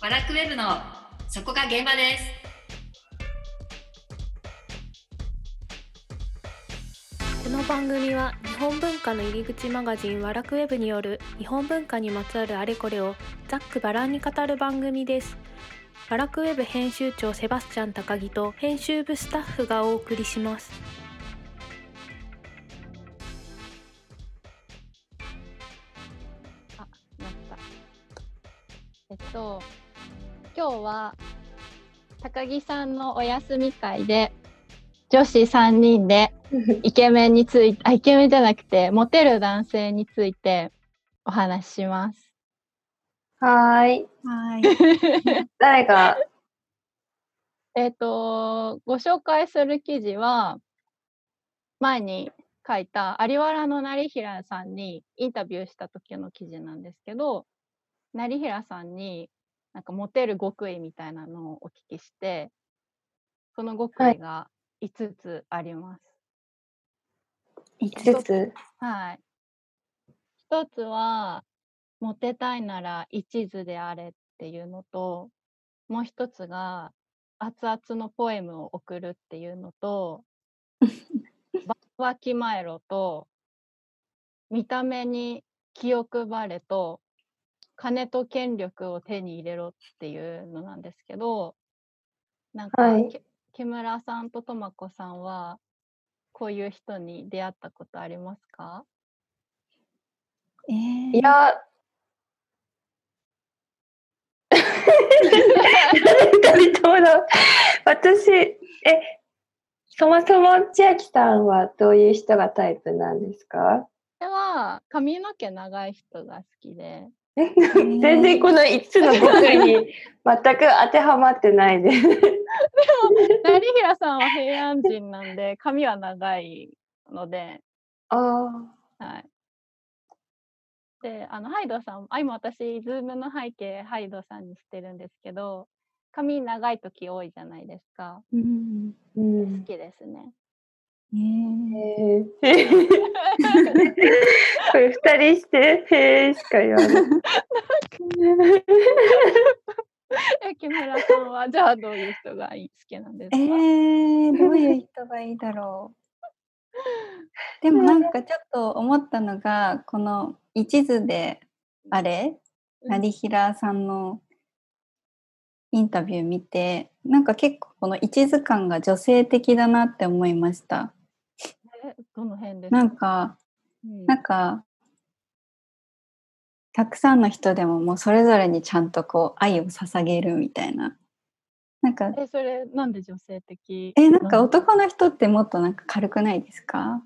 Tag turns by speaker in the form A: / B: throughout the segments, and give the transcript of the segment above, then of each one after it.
A: ワラクウェブのそこが現場です。
B: この番組は日本文化の入り口マガジンワラクウェブによる日本文化にまつわるあれこれをざっくばらんに語る番組ですワラクウェブ編集長セバスチャン高木と編集部スタッフがお送りします
C: あ、なった。えっと、今日は高木さんのお休み会で女子3人でイケメンについて、あ、イケメンじゃなくてモテる男性についてお話しします。
D: はーい。
E: はい。
D: 誰が、
C: えっと、ご紹介する記事は前に書いた有原の成平さんにインタビューした時の記事なんですけど、成平さんになんかモテる極意みたいなのをお聞きして、その極
D: はい
C: 意が5つあります。
D: 5つ。
C: はい。一つは、モテたいなら一途であれっていうのと、もう一つが、熱々のポエムを送るっていうのと、場をわきまえろと、見た目に気を配れと、金と権力を手に入れろっていうのなんですけど、なんか、
D: はい
C: け木村さんととまこさんは、こういう人に出会ったことありますか
E: えー
D: いや、二人ともだ。私、え、そもそも千秋さんはどういう人がタイプなんですか
C: 私は髪の毛長い人が好き で、
D: 全
E: ー
D: 然この5つの極意に全く当てはまってないです。
C: 成平さんは平安人なんで髪は長いので、
D: あ
C: はい。で、あのハイドさん、あ今私ズームの背景ハイドさんにしてるんですけど、髪長い時多いじゃないですか。
E: うん
D: ーう
C: 好
D: ん。
C: きですね。
E: えー
D: えー、 これ2人して、へーしか言わない。
C: え木村さんはじゃあどういう人がいい好きなんです
E: え
C: か？
E: ー、どういう人がいいだろう。でもなんかちょっと思ったのが、この一途であれ、成平さんのインタビュー見て、なんか結構この一途感が女性的だなって思いました。
C: えどの辺ですか？
E: なんか、
C: うん
E: なんか、たくさんの人でももうそれぞれにちゃんとこう愛を捧げるみたいな。なんか
C: えそれなんで女性的？
E: えなんか
C: の
E: 男の人ってもっとなんか軽くないですか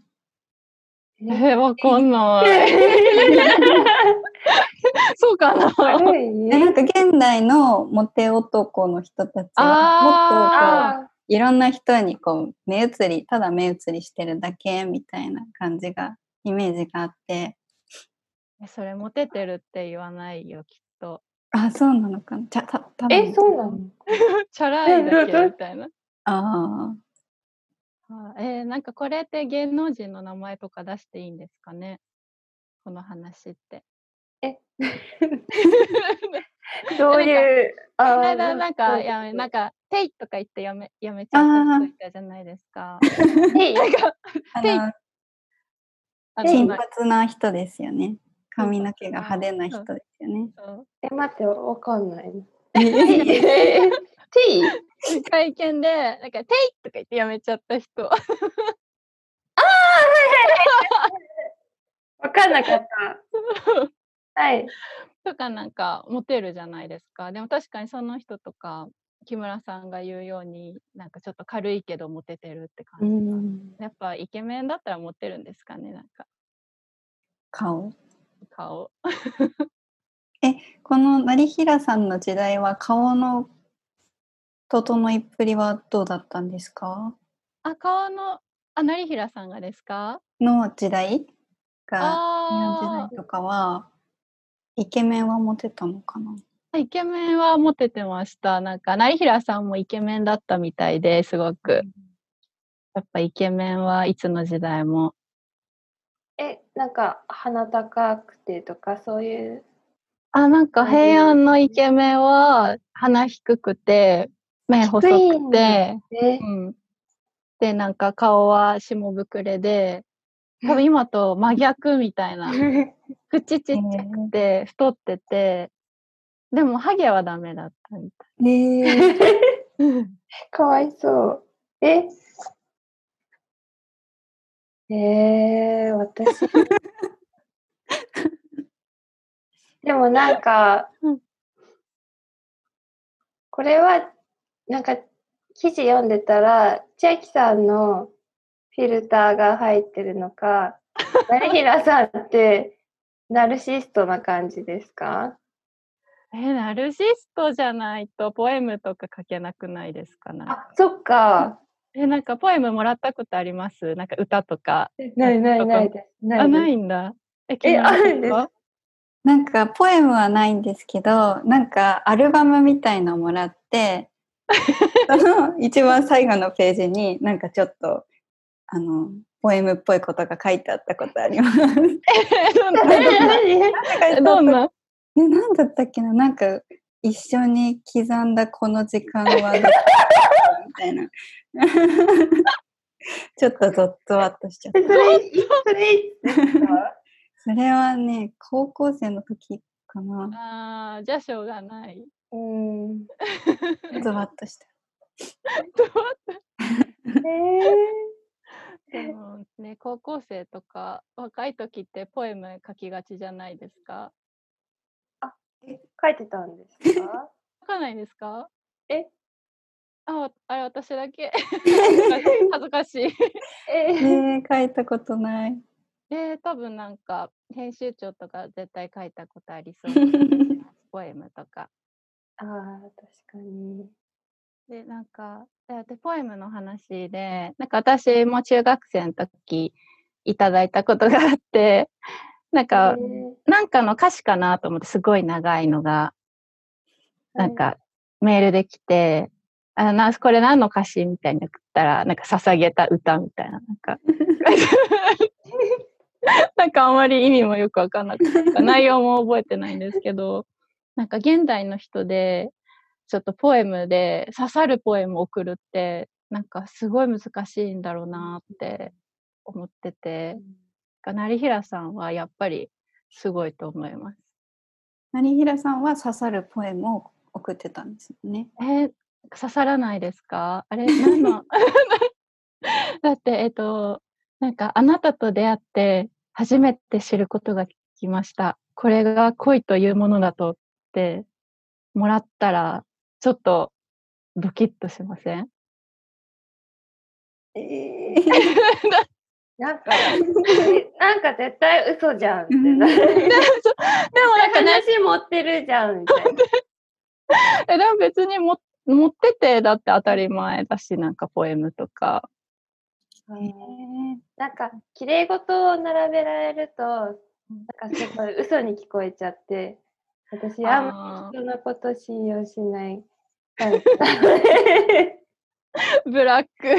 C: えー、わかんない。そうかな。
D: 悪い
E: え
D: ね。
E: なんか現代のモテ男の人たちはもっとこう
C: あ
E: いろんな人にこう目移りただ目移りしてるだけみたいな感じがイメージがあって
C: えそれモテてるって言わないよきっと。
E: あそうなのかなちゃたただ
D: え、そうなの
C: チャラいだけ
D: えどう
C: みたいな。
E: あ
C: あーえーなんかこれって芸能人の名前とか出していいんですかねこの話って。
D: え
C: ど
D: ど
C: う
D: う
C: い
D: いう。
C: こ
D: あ
C: の
D: ー
C: 間なんか、
D: そう
C: やめ、なんか、ていとか言ってやめ、やめちゃった
E: あ
C: 人
E: ー
C: いたじゃないですか。
D: えい
C: なんか、
E: ああ
C: で
E: の
C: あの
E: 金
C: なんか
E: 髪な人ですよね髪の毛が派手な人ですよね
C: そう
D: え、待って、わかんない。
E: え
D: えティ ー
C: 会見で、なんか、ていとか言ってやめちゃった人。
D: わかんなかった。はい。
C: とかなんかモテるじゃないですか。でも確かにその人とか木村さんが言うようになんかちょっと軽いけどモテてるって感じが、やっぱイケメンだったらモテるんですかねなんか
E: 顔
C: 顔。
E: この成平さんの時代は顔の整いっぷりはどうだったんですか
C: あ顔のあ成平さんがですか
E: の時代が日本時
C: あ
E: 代とかはイケメンはモテたのかな
C: あイケメンはモテてました。なんか成平さんもイケメンだったみたいですごく。やっぱイケメンはいつの時代も。
D: え、なんか、鼻高くてとか、そういう。
C: あ、なんか平安のイケメンは鼻低くて、目細くて、
D: ね
C: う。ん。で、なんか顔は下ぶくれ で、多分今と真逆みたいな。 口ちっちゃくて、太ってて、でもハゲはダメだったみた
E: ねえ
C: い。
D: かわいそう。ええー、 私。でもなんか
C: うん、
D: これは、なんか、記事読んでたら、千秋さんのフィルターが入ってるの か、成平さんって、ナルシストな感じですか
C: え、ナルシストじゃないとポエムとか書けなくないですかね。
D: あ、そっか。
C: え、なんかポエムもらったことありますなんか歌とか。
D: ないないないです。
C: あ、な
D: です
C: いんだ。え、
D: え
C: 昨日
D: あるんです
C: か
E: なんかポエムはないんですけどなんかアルバムみたいのもらって その一番最後のページになんかちょっとあのポエムっぽいことが書いてあったことあります。
C: え、どんな
D: 何
C: え どんな
E: ね、なんだったっけななんか一緒に刻んだこの時間はどこだみたいな ちょっとゾッとワッとしちゃっ
D: え
E: た
D: それ、いそれいつですか
E: それはね高校生の時かな
C: あーじゃあしょうがない。
D: うん。
E: ちょっとワッとした
D: え
C: でもね、高校生とか若い時ってポエム書きがちじゃないですか
D: ー、書いてたんですか
C: 書かないですか
D: え
C: あ、わあれ私だけ。 恥ずかしい。
D: えー
E: ねえ書いたことない
C: で、多分なんか編集長とか絶対書いたことありそうなポエムとか。
D: ああ、確かに。
C: で、なんか、で、でポエムの話で、なんか私も中学生の時いただいたことがあって、なんか、
D: えー
C: なんかの歌詞かなと思って、すごい長いのが、なん
D: は
C: かメールできて、あなこれ何の歌詞みたいに送ったら、なんか捧げた歌みたいな、なんか。なんかあんまり意味もよくわかんなくて、内容も覚えてないんですけど、なんか現代の人で、ちょっとポエムで刺さるポエムを送るって、なんかすごい難しいんだろうなって思ってて、成平さんはやっぱりすごいと思います。
E: 成平さんは刺さるポエムを送ってたんですよね
C: えー刺さらないですか あれ何のだってえっ、となんかあなたと出会って初めて知ることが聞きましたこれが恋というものだとってもらったらちょっとドキッとしません
D: いえーなんか、なんか絶対嘘じゃんってな。
C: でもなんかね
D: 話持ってるじゃんみたいな。
C: えでも別にも持っててだって当たり前だしなんかポエムとか
D: なんか、綺麗事を並べられると、なんかすごい嘘に聞こえちゃって、私、あんま
C: あ
D: 人のこと信用しないタイプなので。
C: ー ブ ラック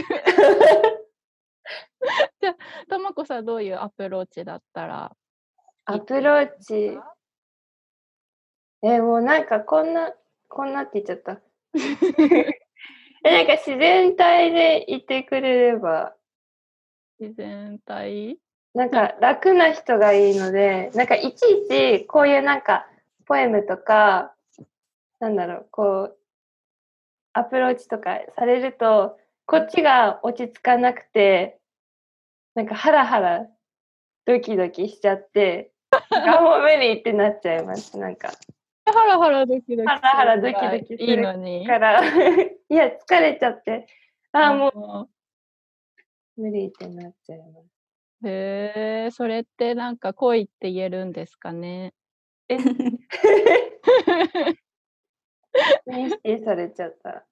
C: じゃあともこさんどういうアプローチだったら
D: アプローチ。え、もうなんかこんな、こんなって言っちゃった。 え、なんか自然体でいてくれれば、
C: 自然体
D: なんか楽な人がいいので、なんかいちいちこういうなんかポエムとか、なんだろう、こう、アプローチとかされると、こっちが落ち着かなくて、なんかハラハラドキドキしちゃって、 なんかもう無理ってなっちゃいます、なんか。
C: ハラハラドキドキする
D: ハラハラドキドキする
C: いいのに
D: から いや疲れちゃってああも
C: も
D: う無理ってなっちゃいます
C: うへえそれってなんか恋って言えるんですかね
D: 認識されちゃった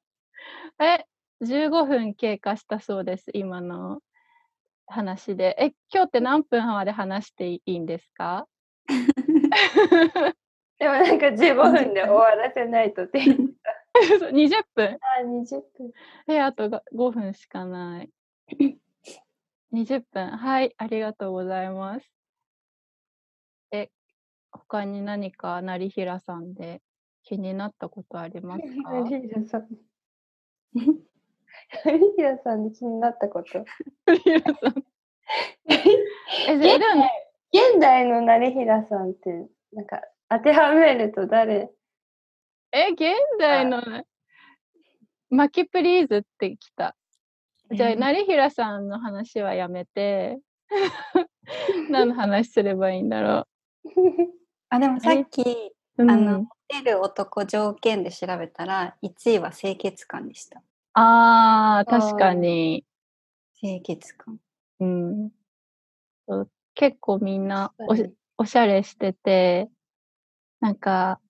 C: え15分経過したそうです今の話でえ今日って何分まで話していいんですか
D: でもなんか15分で終わらせないとって言っ
C: そう20分
D: た20分
C: えあとが5分しかない20分はいありがとうございますえ他に何か成平さんで気になったことありますか
D: 成平さん。成平さんに気になったこと。
C: 成平さん。え、じゃあいるん
D: 現代の成平さんって、なんか、当てはめると誰
C: え、現代のマキプリーズってきた。じゃあ、成平さんの話はやめて、何の話すればいいんだろ
E: あでもさっき
C: う。うん
E: あのモテる男条件で調べたら1位は清潔感でした。
C: ああ、確かに。
E: 清潔感。
C: うん。そう結構みんなお し
D: 誰
C: おしゃれしてて、なんか、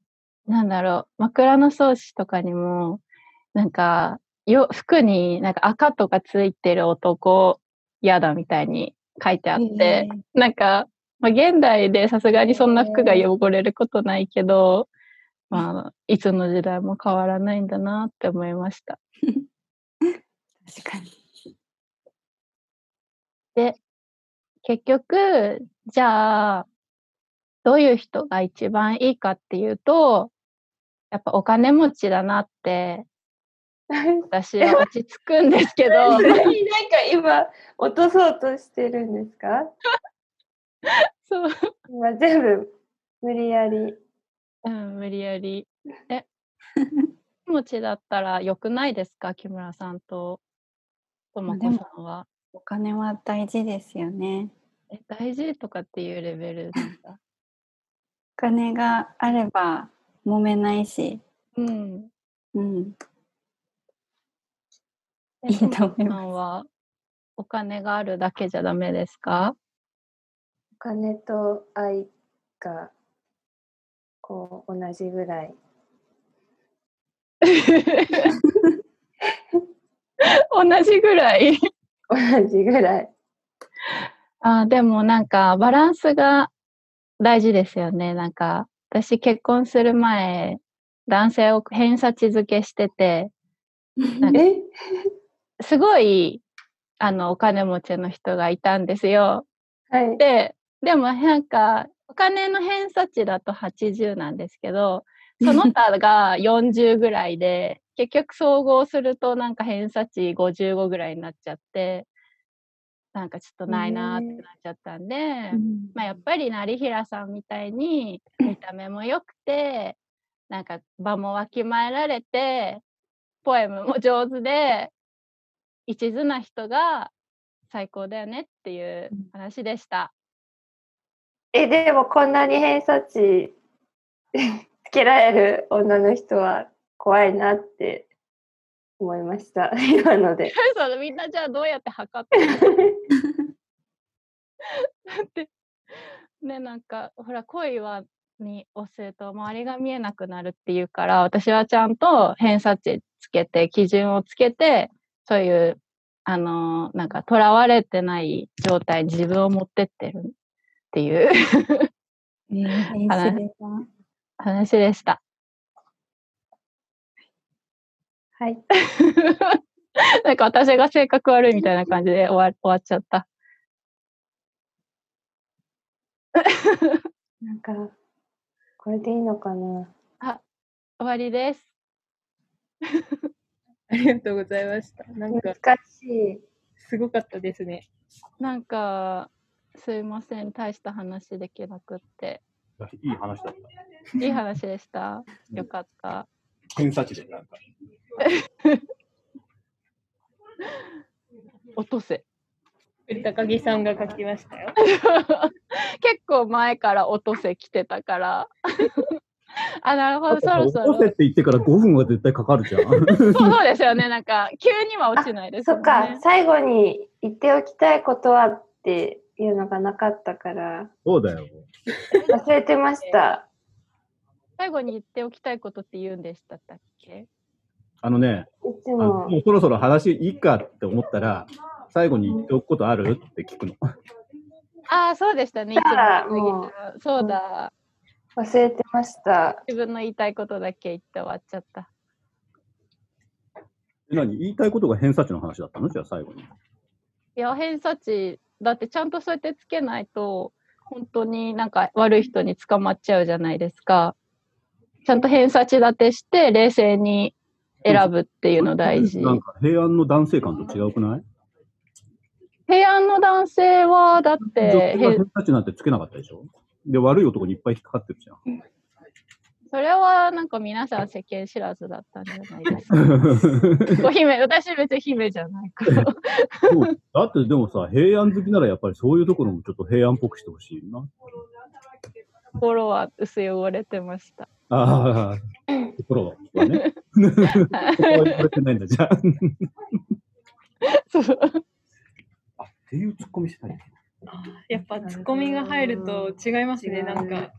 C: なんだろう、枕草子とかにも、なんか、よ服になんか赤とかついてる男嫌だみたいに書いてあって、なんか、まあ、現代でさすがにそんな服が汚れることないけど、まあ、いつの時代も変わらないんだなって思いました。
E: 確かに。
C: 結局、じゃあ、どういう人が一番いいかっていうと、やっぱお金持ちだなって、私は落ち着くんですけど、
D: 何なんか今、落とそうとしてるんですか
C: そう、
D: 今全部、無理やり。
C: うん、無理やり。 え、お金持ちだったら良くないですか木村さんと、ともこさんは。
E: お金は大事ですよね。
C: え、大事とかっていうレベルなんだ。
E: お金があれば揉めないし、
C: うん。
E: うん、
C: え
E: いいと思い
C: ともこさ
E: ます。
C: んは、お金があるだけじゃダメですか
D: お金と愛が、こう、同じぐらい。
C: 同じぐらい
D: 同じぐらい。
C: あでもなんかバランスが大事ですよねなんか私結婚する前男性を偏差値付けしててなんか
D: え
C: すごいあのお金持ちの人がいたんですよ
D: はい。
C: ででもなんかお金の偏差値だと80なんですけどその他が40ぐらいで結局総合するとなんか偏差値55ぐらいになっちゃってなんかちょっとないなーってなっちゃったんで、
E: うん
C: まあ、やっぱり成平さんみたいに見た目も良くてなんか場もわきまえられてポエムも上手で一途な人が最高だよねっていう話でした。
D: え、でもこんなに偏差値 つけられる女の人は怖いなって思いました。 今ので。
C: それみんなじゃあどうやって測ってるのだってねなんかほら恋はに押すと周りが見えなくなるっていうから私はちゃんと偏差値つけて基準をつけてそういうあのーなんかとらわれてない状態に自分を持ってってるっていう
E: えー
C: あら
E: それは
C: 話でした。
D: はい。
C: なんか私が性格悪いみたいな感じで終わ終わっちゃった。
D: なんか、これでいいのかな。
C: 終わりです。
F: ありがとうございました。なん
D: 難
F: か
D: し、い。
F: すごかったですね。
C: なんかすいません大した話できなくって
G: いい話だっ
C: いい話でした。よかった。
G: た。偏差値で、なんか。
C: 落とせ。
F: 高木さんが書きましたよ。
C: 結 構前から落とせ来てたから。 あ、なるほど、そろそ
G: 落とせっ
C: ろ。
G: て言ってから5分は絶対かかるじゃん。
C: そうそうですよね、なんか急には落ちないです
D: そ
C: よ
D: っ
C: ね。
D: か、最後に言っておきたいことはっていうのがなかったから、
G: そうだよ。
D: 忘れてました。
C: 最後に言っておきたいことって言うんでしたっけ
G: あのね、
D: いつ
G: あの
D: も
G: も。うそろそろ話いいかって思ったら、最後に言っておくことあるって聞くの。
C: ああ、そうでしたね。一
D: あー
C: 番
D: もう
C: そうだ。
D: 忘れてました。
C: 自分の言いたいことだけ言って終わっちゃった。
G: え何言いたいことが偏差値の話だったのじゃあ最後に。
C: いや、偏差値、だってちゃんとそうやってつけないと、本当になんか悪い人に捕まっちゃうじゃないですか。ちゃんと偏差値立てして冷静に選ぶっていうの大事。
G: なんか平安の男性感と違うくない
C: 平安の男性はだっ
G: 女
C: て
G: 性が
C: へん
G: 偏差値なんてつけなかったでしょで、悪い男にいっぱい引っかかってるじゃん。
C: それはなんか皆さん世間知らずだったんじゃないです か。お姫、私別に姫じゃないから。
G: そうだってでもさ、平安好きならやっぱりそういうところもちょっと平安っぽくしてほしいな。
C: 心は薄汚れてました。
G: あ あ、心はね。心は言われてないんだ、じゃあ。
C: そう
G: っていうツッコミしたい。
F: やっぱツッコミが入ると違いますね、なんか。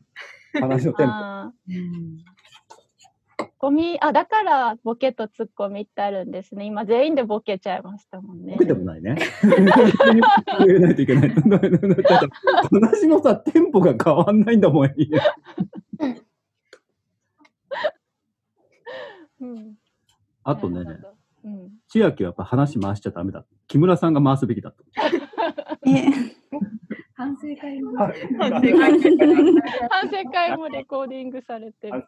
G: 話のテンポ。
C: あーゴミあだからボケとツッコミってあるんですね。今全員でボケちゃいましたもんね
G: 受。けてもないね。言えないといけない。だって話のさ、テンポが変わんないんだもん。
C: うん、
G: あとね
C: な、るほど。うん、
G: 千秋はやっぱ話回しちゃダメだ。木村さんが回すべきだと。
E: え、
H: 反省会も。
F: 反省会
C: 反省会もレコーディングされてる。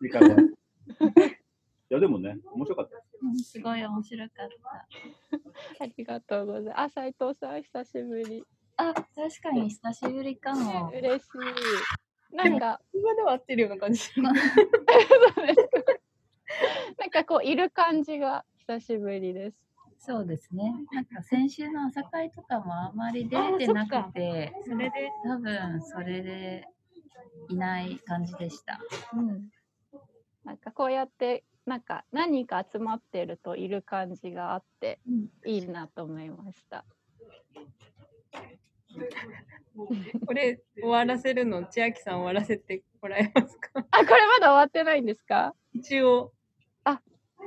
G: いやでもね、面白かった。
H: すごい面白かっ
C: ありがとうございます。あ、斉藤さん、久しぶり。
H: た。あ、確かに久しぶりかも。
C: 嬉しい。なんか、
F: 今では合ってるような感じ。
C: なんかこう、いる感じが久しぶりです。
H: そうですね。なんか先週の朝会とかもあんまり出てなくて、
F: それで、
H: 多分それでいない感じでした。
C: うん。なんかこうやって、なんか何人か集まってるといる感じがあって、いいなと思いました。
F: これ終わらせるの、千秋さん終わらせてもらえますか
C: あ、これまだ終わってないんですか
F: 一応。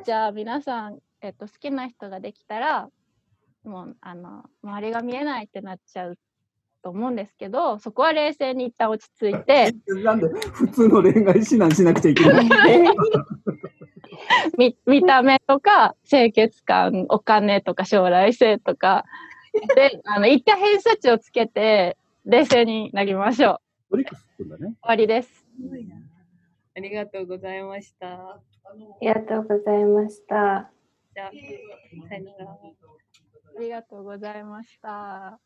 C: じゃあ皆さん、えっと、好きな人ができたらもうあの周りが見えないってなっちゃうと思うんですけどそこは冷静に一旦落ち着いて
G: なんで普通の恋愛指南しなくちゃいけ ない
C: 見見た目とか清潔感お金とか将来性とかであの一旦偏差値をつけて冷静になりましょう
G: トリックスくんだね。
C: 終わりです。
F: ありがとうございました。
D: りがとうございました。
F: じゃあ、さよなら。
C: ありがとうございました。